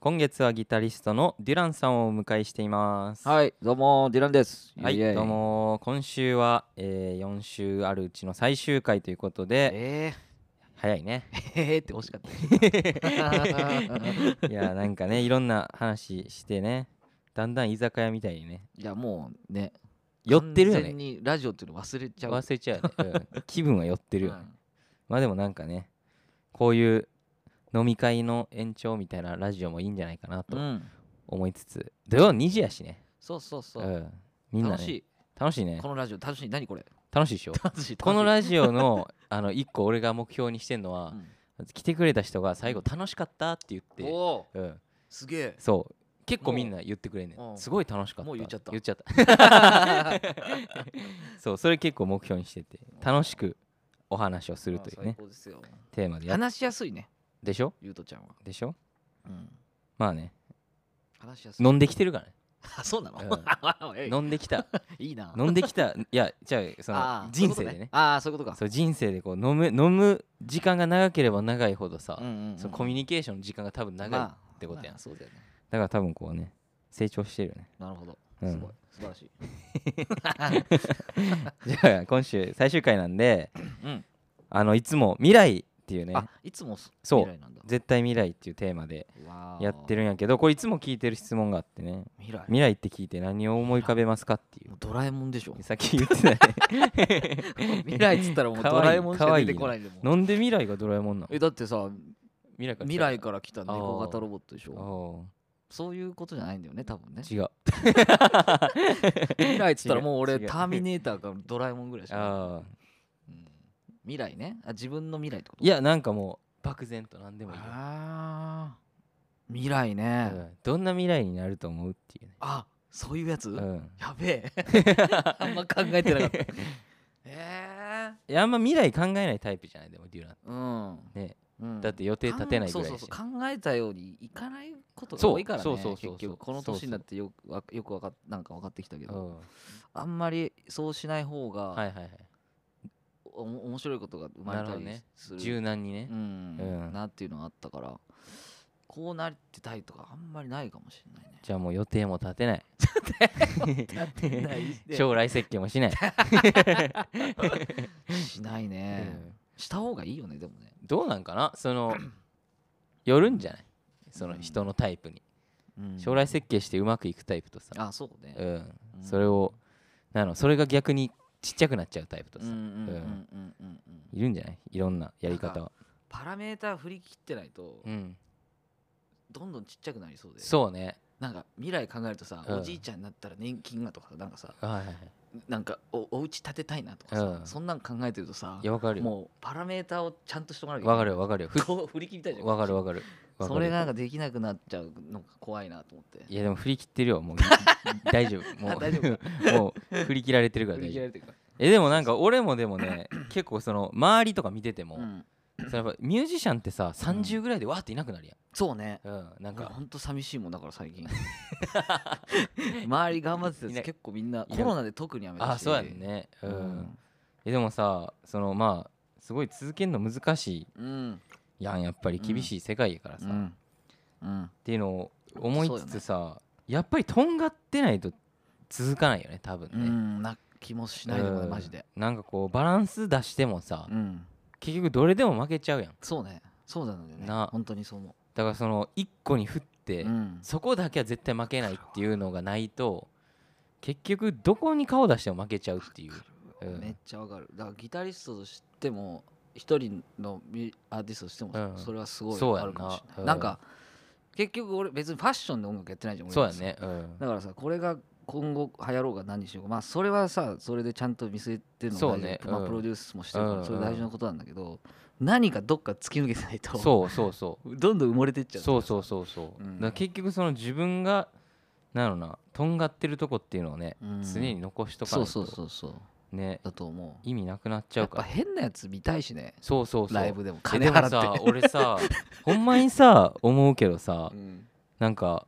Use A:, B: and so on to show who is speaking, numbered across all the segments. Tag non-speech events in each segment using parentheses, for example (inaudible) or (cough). A: 今月はギタリストのデュランさんをお迎えしています。
B: はい、どうも、ディランです。
A: はい、
B: イエイ
A: どう。も今週は、えー、4週あるうちの最終回ということで
B: え
A: 早い
B: (laughs)
A: ね
B: ー、えーって惜しかった。 (laughs)
A: いやなんかねいろんな話してねだんだん居酒屋みたいにね
B: いや、もうね、
A: 寄ってるよ
B: 完全
A: ね
B: にラジオっていうの忘れちゃう。
A: 忘れちゃうよね、うん (laughs) 気分は寄って
B: て
A: るよね、まあでもなんかねこういう飲み会の延長みたいなラジオもいいんじゃないかな
B: う
A: と
B: ん。
A: 思いつつ土曜2時やしね
B: そうそうそうう。
A: んみんな、ね、
B: 楽しい。
A: 楽しいね
B: このラジオ楽しい。何これ
A: 楽しいでしょ
B: 楽しい。
A: この
B: ジ
A: ラジオのあの一個俺が目標にしてんのは、来てくれた人が最後楽しかったって言って、
B: おお、
A: うん、
B: すげえ。
A: そう結構みんな言ってくれんね
B: もうん
A: すごい楽しかった
B: もう言っちゃった
A: 言っちゃったそうそれ結構目標にしてて楽しくお話 (laughs) をするという
B: あ最
A: ね
B: 高ですよ。
A: テーマでやっ
B: 話しやすいね、
A: でしょ
B: ゆうとちゃんは。
A: でしょ
B: うん。
A: まあね
B: 話しやすい。
A: 飲んできてるからね
B: あ、そうなの、 (laughs) えい
A: 飲んできた
B: いいな。
A: 飲んできたいやじゃあそ
B: あ
A: の
B: ー
A: 人生で
B: そういうこと
A: ね
B: ああ、そういうことか。
A: そう人生でこう飲む飲む時間が長ければ長いほどさ、
B: うんうんうん
A: そのコミュニケーションの時間が多分長いだか
B: って
A: ことやん
B: そうだよね。
A: ら多分こうね成長してるよね
B: なるほど。
A: うん
B: すごい。素晴らしい。
A: じゃあ今週最終回なんで
B: うん。
A: あのいつも未来っていうね
B: あ、いつもそ
A: そう
B: 未来なんだ。
A: 絶対未来っていうテーマで
B: わー
A: やってるんやけどこれいつも聞いてる質問があってね
B: 未来。
A: 未来って聞いて何を思い浮かべますかってい
B: も
A: う
B: うドラえもんで (laughs) しょ。
A: さっき言ってたね
B: 未来っつったらもう
A: かわいい
B: ドラえもんしか出てこないでもう。
A: (laughs) なんで未来がドラえもんなの
B: えだってさ
A: 未来から
B: 未来から来た
A: あー
B: 猫型ロボットでしょ
A: お
B: そういうことじゃないんだよね多分ね
A: 違う
B: 未来っつったらもう
A: 違
B: 俺
A: う違う
B: ターミネーターかドラえもんぐらいし
A: あ
B: かない、うん未来ねあ自分の未来ってこと
A: いやなんかもう漠然と何でもいいよ、
B: あー未来
A: う
B: ね、
A: ん、どんな未来になると思うっていうね
B: あそういうやつ、
A: うん
B: やべ
A: (laughs)
B: えあんま考えてなかったえ
A: いやあんま未来考えないタイプじゃないでもデュラン
B: えうん
A: ね
B: うん
A: だって予定立てないぐらい
B: そう
A: だ
B: そう
A: し
B: そう考えたようにいかないことが
A: そう
B: 多いからね
A: そうそうそうそう
B: 結局この年になってよくわよくわかっなんか分かってきたけ
A: う
B: ど
A: ん
B: あんまりそうしない方が、
A: はいはいはい
B: おも面白いことが生ま
A: な
B: れ
A: る
B: た
A: ほど
B: り
A: ね
B: する
A: 柔軟にね
B: うん
A: うん
B: なっていうのがあったからこうなってたいとかあんまりないかもしれないね
A: じゃあもう予定も立てない (laughs)
B: ないで
A: 将来設計もしない、
B: しないね、
A: うん
B: した方がいいよねでもね
A: どうなんかなそのよるんじゃないその人のタイプに、
B: うん
A: 将来設計してうまくいくタイプとさ、
B: あそうね
A: う、ん
B: うん
A: それをなのそれが逆にちっちゃくなっちゃうタイプと
B: う
A: さ、
B: んうんうんうん
A: う
B: うんうん
A: いるんじゃないいろんなやり方は、
B: パラメーター振り切ってないと
A: うん、
B: どんどんちっちゃくなりそうで
A: そうね
B: なんか未来考えるとさ、
A: うん
B: おじいちゃんになったら年金がとかなんかさ
A: はいはいはい
B: なんかおお家建てたいなとかさ、
A: うん
B: そんなん考えてるとさ
A: いやわかるよ
B: もうパラメーターをちゃんとしとかなきゃいけない
A: わかるよわかるよふ
B: こう振り切りたいじゃん
A: わかるわかるわかる
B: それがなんかできなくなっちゃうのが怖いなと思って
A: いやでも振り切ってるよ
B: (laughs)
A: もう大丈夫も
B: あ大丈夫
A: う (laughs) もう振り切られてるから
B: 振り
A: 大丈夫
B: 切られてるか
A: えでもなんか俺もでも
B: (clears throat)
A: ね結構その周りとか見てても、
B: ら、うん、
A: そのやっぱミュージシャンってさ30ぐらいでわーっていなくなるや
B: そうね
A: ん、うん、なん
B: なんか
A: か
B: ほんと寂しいもんだから最
A: (laughs)
B: 近周り頑張ってた
A: い
B: や
A: ない
B: つ結構みんない
A: ない
B: コロナで特にやめたし
A: あそうやんねう、
B: うんん、
A: えでもさそのまあすごい続けるの難し
B: うん
A: いやんやっぱり厳しい世界やから
B: う
A: さ、っ
B: んうん、
A: ていうのを思い
B: そう
A: つ
B: よね
A: つさ、やっぱりとんがってないと続かないよね多分ね、
B: うん、な気もしないでもな
A: う
B: い
A: ん
B: マジで
A: なんかこうバランス出してもさ、
B: うん
A: 結局どれでも負けちゃうやん
B: そうねそうなんだよね
A: な
B: 本当にそう思
A: だからその1個に振って、
B: う、うん、
A: そこだけは絶対負けないっていうのがないと結局どこに顔出しても負けちゃうっていううん
B: めっちゃわかるだからギタリストとしても一人のミアーティストとして
A: う
B: も
A: ん
B: それはすごい
A: そうやんな
B: あるかもしれない、
A: うん
B: なんか結局俺別にファッションで音楽やってないじゃん俺
A: そうや
B: 別に
A: ねうん
B: だからさこれが今後流行ろうが何にしようがまあそれはさそれでちゃんと見据えてるのが
A: そう
B: 大事、
A: ね
B: まあ、
A: うん
B: プロデュースもしてるか
A: うん
B: らそれ大事なことなんだけど、何かどっか突き抜けてないと
A: そうそうそう
B: どんどん埋もれてっちゃう
A: そうそうそうそう、
B: うん
A: だから結局その自分がなのなとんがってるとこっていうのをね、
B: うん
A: 常に残しとか
B: そ
A: ないうと
B: そうそうそう
A: ね
B: だと思う
A: 意味なくなっちゃう
B: やっ
A: か
B: ぱ
A: ら
B: 変なやつ見たいしね
A: そうそうそう
B: ライブでも
A: え
B: 金
A: で
B: 払
A: も
B: って
A: さ俺さほんまにさ思うけどさ
B: うん
A: なんか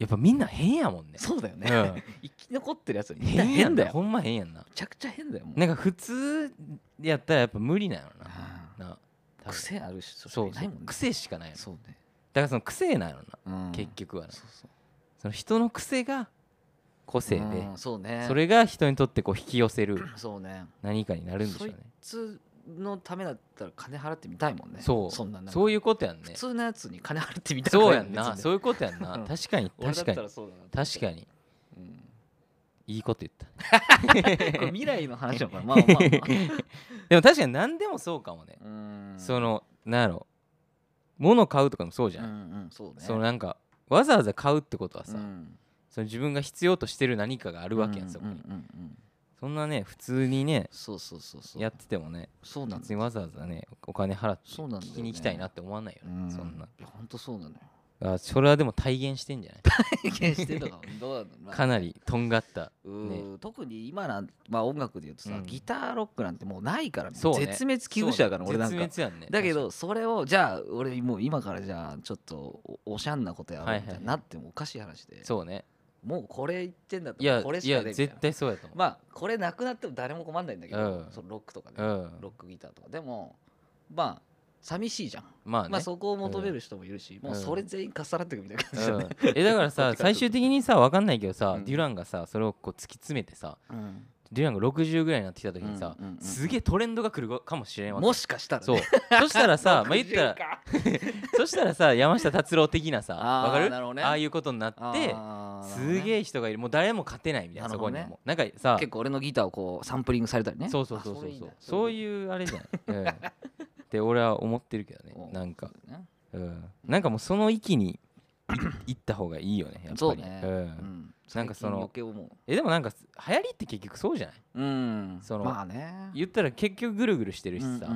A: やっぱみんな変やもんね
B: そうだよね、
A: うん
B: (laughs) 生き残ってるやつは (laughs) みんな
A: 変や
B: 変
A: ん
B: だ
A: だ
B: よ
A: よほんま変やんな
B: めちゃくちゃ変だよもう
A: なんか普通やったらやっぱ無理なの
B: あ
A: なな多分
B: ー癖あるしそ
A: そ
B: れ
A: う
B: いないもんね
A: 癖しかないよね
B: そうね
A: からその癖なのな、
B: うん
A: 結局はな
B: そうそう
A: その人の癖が個性で、
B: うんそうね
A: それが人にとってこう引き寄せる
B: そうね
A: 何かになるんでしょうね
B: そいつのためだったら金払ってみたいもんね
A: そうん
B: なんなんか
A: そういうことやん
B: 普
A: ね
B: 通のやつに金払ってみたい
A: そうやんなそう
B: う
A: いうことやんな
B: うん
A: 確かに
B: 俺
A: 確
B: だ
A: か
B: った
A: に
B: らそうだなと思って
A: 確かに (laughs)
B: うん
A: いいこと言った
B: これ未来の話だからまあまあま
A: (laughs) でも確かに何でもそうかもね、
B: あうん
A: そのなんやろ物買うとかもそうじゃ、
B: うんんうんそうね
A: そのなんかわざわざ買うってことはさ、
B: うん
A: その自分が必要としてる何かがあるわけやん
B: うん
A: そこに、
B: うんうんうん
A: そんなね普通にね
B: そうそうそうそう
A: やっててもね
B: そうなんだ
A: 別にわざわざねお金払って
B: そうなんだよね
A: 聞きに行きたいなって思わないよ
B: う
A: ね
B: ん
A: そんない
B: やほんとそう
A: (laughs)
B: なのよ
A: あそれはでも体現してんじ
B: (laughs)
A: ゃない
B: 経験してたのかどうなんだろうな
A: かなりとんがった
B: うー特に今なんまあ音楽で言うとさ、
A: うん
B: ギターロックなんてもうないからね
A: そうね
B: 絶滅危惧種やから、俺なんか
A: 絶滅やんね
B: だけどそれをじゃあ俺もう今からじゃあちょっとおおしゃんなことやろう
A: はい
B: み
A: はい
B: たいになってもおかしい話で、
A: そうね
B: もうこれ言ってんだっ
A: い
B: た
A: や
B: らこれ
A: い
B: しか
A: や
B: ねえみたい
A: 絶
B: な
A: 対そうやと思う、
B: まあこれなくなっても誰も困んないんだけど、
A: うん
B: そのロックとかね、
A: うん
B: ロックギターとかでもまあ寂しいじゃん、
A: まあね、
B: まあそこを求める人もいるし、もうそれ全員重なってくみたいな感じだね、
A: うんえだ
B: (laughs)
A: からさ最終的にさ分かんないけどさ、
B: うん
A: デュランがさそれをこう突き詰めてさ
B: うん
A: デュランが60ぐらいになってきた時にさ、
B: うんうんうん
A: すげえトレンドが来るかもしれんわけ
B: もしかしたら、ね、
A: そうそしたら
B: (laughs)
A: さまあ言ったら
B: 60か
A: そしたらさ山下達郎的なさ
B: あー
A: わかる
B: なるほどね
A: ああいうことになって
B: あー
A: すげ
B: なる
A: え人がいるもう誰も勝てないみたいな
B: な
A: そ
B: る
A: こ
B: ほど
A: に
B: ね
A: はもうなんかさ
B: ほどね結構俺のギターをこうサンプリングされたりね
A: そうそうそう
B: あ
A: そう
B: れいい
A: そ
B: な
A: うそう
B: う
A: いうあれ
B: (laughs)
A: じゃない、うん、って俺は思ってるけどね
B: お
A: なんか、
B: ね
A: うん、なんかもうその域に (coughs) い行った方がいいよねやっぱり
B: そうね、
A: うん
B: ん
A: なんかその
B: 最近余計思
A: えでもなんか流行りって結局そうじゃないう
B: うん
A: その
B: まあね
A: 言ったら結局ぐるぐるしてるしさ、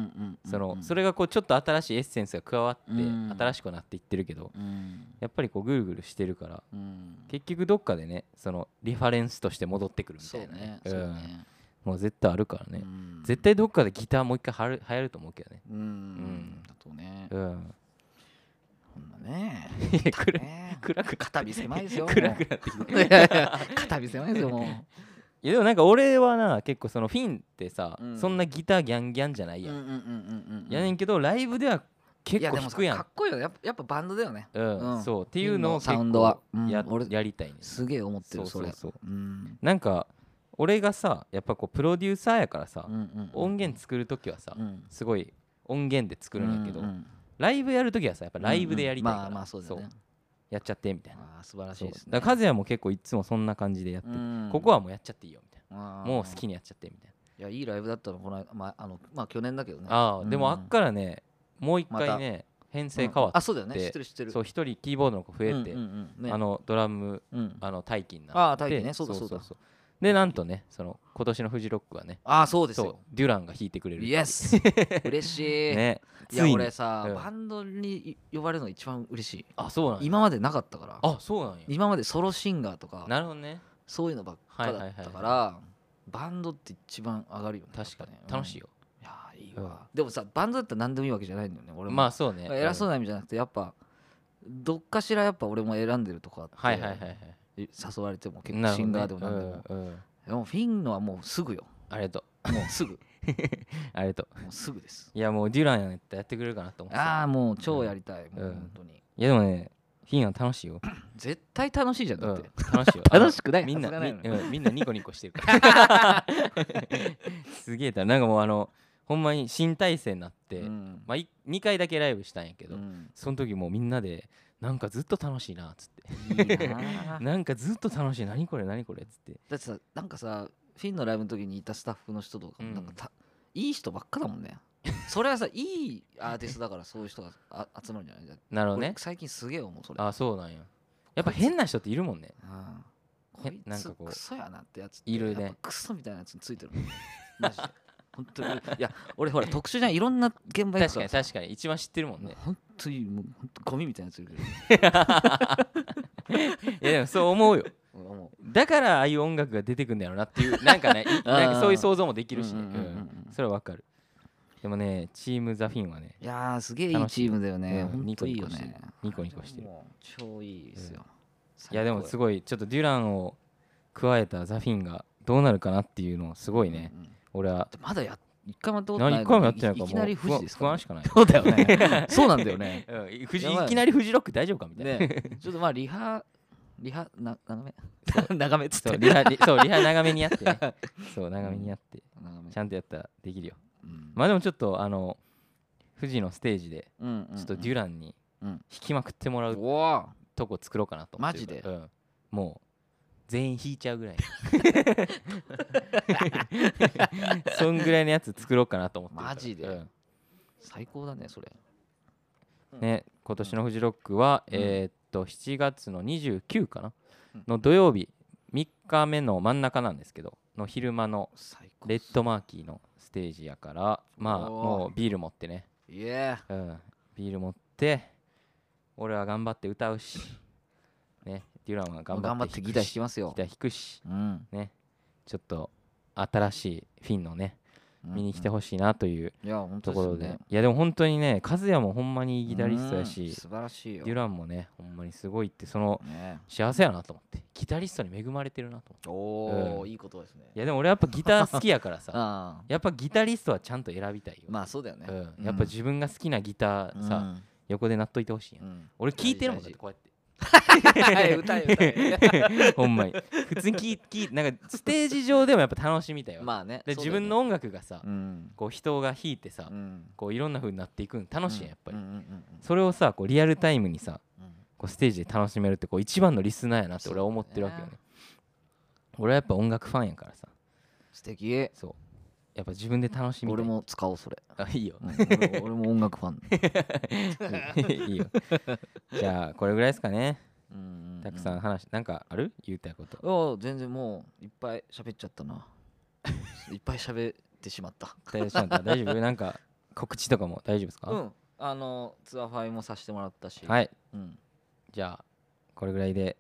A: そのそれがこうちょっと新しいエッセンスが加わって
B: うん
A: 新しくなっていってるけど
B: うん
A: やっぱりこうぐるぐるしてるから
B: うん
A: 結局どっかでねそのリファレンスとして戻ってくるみた
B: そう
A: いなね
B: ねそう
A: うん
B: ね
A: もう絶対あるからね、
B: うん
A: 絶対どっかでギターもう一回はる流行ると思うけどね
B: うん
A: ん
B: だとね
A: うん
B: ほんまね
A: 暗い
B: ね
A: 暗く
B: 肩身狭いですよ
A: 暗
B: も
A: くなってき
B: う
A: て
B: いやい
A: (laughs)
B: や肩身狭いですよもう
A: いやでもなんか俺はな結構そのフィンってさ、
B: うん
A: そんなギターギャンギャンじゃないや、
B: うんんうんうんうんうん
A: やねんけどライブでは結構弾くや
B: いでもさ
A: ん
B: かっこいいよねやっぱやっぱバンドだよね
A: うん、
B: うん
A: そうっていうのを
B: フィンのサウンドは
A: 結構や,、
B: うん俺
A: やりたいね
B: すげえ思ってる
A: そ
B: そ
A: そ
B: うれ
A: うそう
B: うん
A: なんか俺がさやっぱこうプロデューサーやからさ、
B: うんうん
A: 音源作る時はさ、
B: うん
A: すごい音源で作るんやけど、
B: ううん
A: ライブやる時はさやっぱライブでやりたいから、
B: まあまあそうだよね
A: やっちゃってみたいな
B: あー素晴らし
A: そう
B: い
A: だ
B: で
A: か
B: すね
A: ら和也も結構いつもそんな感じでやってて、
B: うん
A: ここはもうやっちゃっていいよみたいな、
B: あー
A: もう好きにやっちゃってみたい
B: いやいいライブだったのこの間まああのまあ去年だけどね
A: な、ああでもあっからねもう一
B: ま
A: 回
B: た
A: ね、編成変わ
B: う
A: っ
B: ん
A: て
B: あそうだよね知ってる知ってる
A: そう一人キーボードの子増えて、
B: うんうんうんね
A: あのドラム
B: うん
A: あの大輝になって
B: ああ大輝ねそうだそうだ
A: でなんとねその今年のフジロックはね
B: ああそうで
A: そ
B: す
A: う
B: よ
A: デュランが弾いてくれる (laughs)
B: イエス嬉しい
A: ね
B: い
A: つい
B: や
A: に
B: 俺さ
A: うん
B: バンドに呼ばれるのが一番嬉しい
A: あそうなんや
B: 今までなかったから
A: あそうなんや
B: 今までソロシンガーとか
A: なるほどね
B: そういうのばっかだった
A: はいは
B: か
A: いは
B: らバンドって一番上がるよね
A: 確か
B: やっぱ
A: に
B: ね
A: 楽しいよ、
B: うんいやーいいわでもさバンドだったら何でもいいわけじゃないんだよね俺も
A: まあそうね
B: 偉そう
A: う
B: な意味じゃなくてやっぱどっかしらやっぱ俺も選んでるとこあって
A: んはいはいはいはい
B: 誘われても結
A: なるほどね
B: 構シンガーでもなんでも、
A: うんうん
B: でもフィンのはもうすぐよ
A: ありがと
B: もう
A: (laughs)
B: すぐ
A: うありがとう
B: もうすぐです
A: いやもうデュランやったらやってくれるかなと思って
B: ああ
A: た
B: もう超やりたい、も
A: う
B: うん本当に
A: いやでもねフィンは楽しいよ、
B: 絶対楽しいじゃん
A: う
B: だ
A: ん、
B: って、
A: 楽しいよ
B: (laughs) 楽しくない
A: みんな
B: はずがないの
A: み,、
B: に
A: うん、みんなニコニコしてるから
B: (laughs)
A: すげえだなんかもうあのほんまに新体制になって、
B: うん
A: まあ、2回だけライブしたんやけ
B: う
A: ど、
B: ん
A: その時もうみんなでなんかずっと楽しいなっつって
B: いいなあだ
A: なんかずっと楽しい何これ何これっつって
B: ってさなんかさフィンのライブの時にいたスタッフの人とか
A: う
B: も
A: ん
B: なんかた、いい人ばっかだもんねそれはさいいアーティストだからそういう人があ集まるんじゃない
A: なるほど
B: 俺
A: ね
B: 最近すげえ思うそれ
A: あそうなんややっぱ変な人っているもんね
B: うんこ
A: へ
B: い
A: なん
B: つ
A: かこう
B: クソやなってやつって
A: いるね
B: やっぱクソみたいなやつについて
A: (laughs)
B: るもんマジで本当にいや俺ほら特殊じゃんいろんな現場行く
A: 確
B: か
A: からに確かに一番知ってるもん
B: もう
A: ね
B: 本当にもう本当ゴミみたいなやついるけど
A: いやでもそう思うよ
B: 俺はもう
A: だからああいう音楽が出てくんだよなって
B: (laughs)
A: いうなんかねいなんかそういう想像もできるしね
B: うんうんうんうん
A: うんそれはわかるでもねチームザフィンはね
B: いやーすげえいいチームだよね
A: うん
B: 本当いい
A: ニコニ
B: よ
A: コして
B: ね
A: るニコニコしてる
B: もう超いいですよ
A: いやでもす
B: ご
A: ごいちょっとデュランを加えたザフィンがどうなるかなっていうのをすごいね、
B: うんうん
A: 俺は
B: でまだや一回もやったことない
A: 何
B: のに
A: 一回もやってないから
B: いきなり富士です
A: 不
B: か
A: 安不安し
B: ら
A: かない
B: そうだよねそうなんだ
A: (laughs)
B: よね
A: うん、富士
B: (laughs) やばい
A: いきなりフジロック大丈夫かみたいな、
B: ねちょっとまあリハリハな長め長めっつ
A: (laughs)
B: っ
A: そう
B: て
A: リハリそうリハ長めにやってねそう長めにやって
B: 長め
A: ちゃんとやったらできるよ
B: うん
A: まあでもちょっとあの富士のステージで
B: うんうんうん
A: ちょっとデュランに
B: うん
A: 弾きまくってもらう
B: うわ
A: とこ作ろうかなと思ってるから
B: マジで
A: うん、もう全員弾いちゃうぐら
B: (laughs)
A: いそんぐらいのやつ作ろうかなと思ってるから
B: マジで
A: うん
B: 最高だねそれ
A: ね、今年のフジロックは、
B: うん
A: えーっと7月の29かな、
B: うん
A: の土曜日3日目の真ん中なんですけどの昼間の
B: 最高
A: レッドマーキーのステージやからまあ
B: おー
A: もうビール持ってね、
B: いや
A: うん、ビール持って俺は頑張って歌うし、ね、デュランは頑張って
B: 頑張ってギター弾き
A: ま
B: ますよ
A: ギター弾くし
B: うん
A: ねちょっと新しいフィンのね見に来て
B: ほ
A: ほしいなという
B: いや本当
A: と
B: です
A: こ
B: よ
A: ろで,、
B: ね
A: いやでも本当にね和也もほんまにいいギタリストや
B: う
A: し
B: ん素晴らしいよ
A: デュランもねほんまにすごいってその
B: ね
A: 幸せやなと思ってギタリストに恵まれてるなと思って
B: お
A: う
B: お
A: ん
B: いいことですね
A: いやでも俺やっぱギター好きやから
B: (laughs)
A: さ
B: ああ
A: やっぱギタリストはちゃんと選びたいよ、
B: まあそうだよね
A: うん、やっぱ自分が好きなギターさ、横で鳴っといてほしいやん、
B: うん
A: 俺聞いてるもんだって
B: 大事
A: こうやって
B: 大事歌え歌え
A: (laughs) ほんまに普通に聞い聞いなんかステージ上でもやっぱ楽しみたいわ、
B: まあね
A: で
B: そう
A: 自
B: だよね
A: 分の音楽がさ、
B: うん
A: こう人が弾いてさ、
B: うん
A: こういろんな風になっていくん楽しいやんやっぱり、
B: うんうんうんうん
A: それをさこうリアルタイムにさ
B: うん
A: こうステージで楽しめるってこう一番のリスナーやなって俺は思ってるわけよね
B: そう
A: 俺はやっぱ音楽ファンやからさ
B: 素敵
A: そうやっぱ自分で楽しみたい
B: 俺も使おうそれ
A: あいいよ
B: うん俺も俺 (laughs) も音楽ファ
A: (laughs)
B: ン
A: いいよじゃあこれぐらいですかね
B: うんうんう
A: たくさん話なんかある言いたいこと
B: ああ全然もういっぱい喋っちゃっ
A: (laughs)
B: たないっぱい喋ってしまった
A: 大丈夫大丈夫なんか告知とかも大丈夫ですか、
B: うんあのツアーファイもさせてもらったしい、
A: はい
B: うん、
A: じゃあこれぐらいで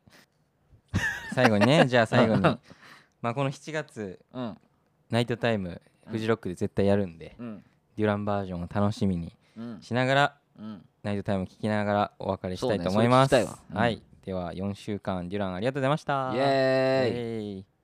A: 最後に
B: (laughs)
A: ねじゃあ最後にまあこの7月
B: うん
A: ナイトタイムフジロックで絶対やるんで、
B: うん
A: デュランバージョンを楽しみに
B: うん
A: しながら
B: うん
A: ナイトタイムを聞きながらお別れしたい
B: そうね
A: と思います。
B: それ聞きたいわうん
A: はい、では4週間デュランありがとうございました。
B: イエーイ
A: イエーイ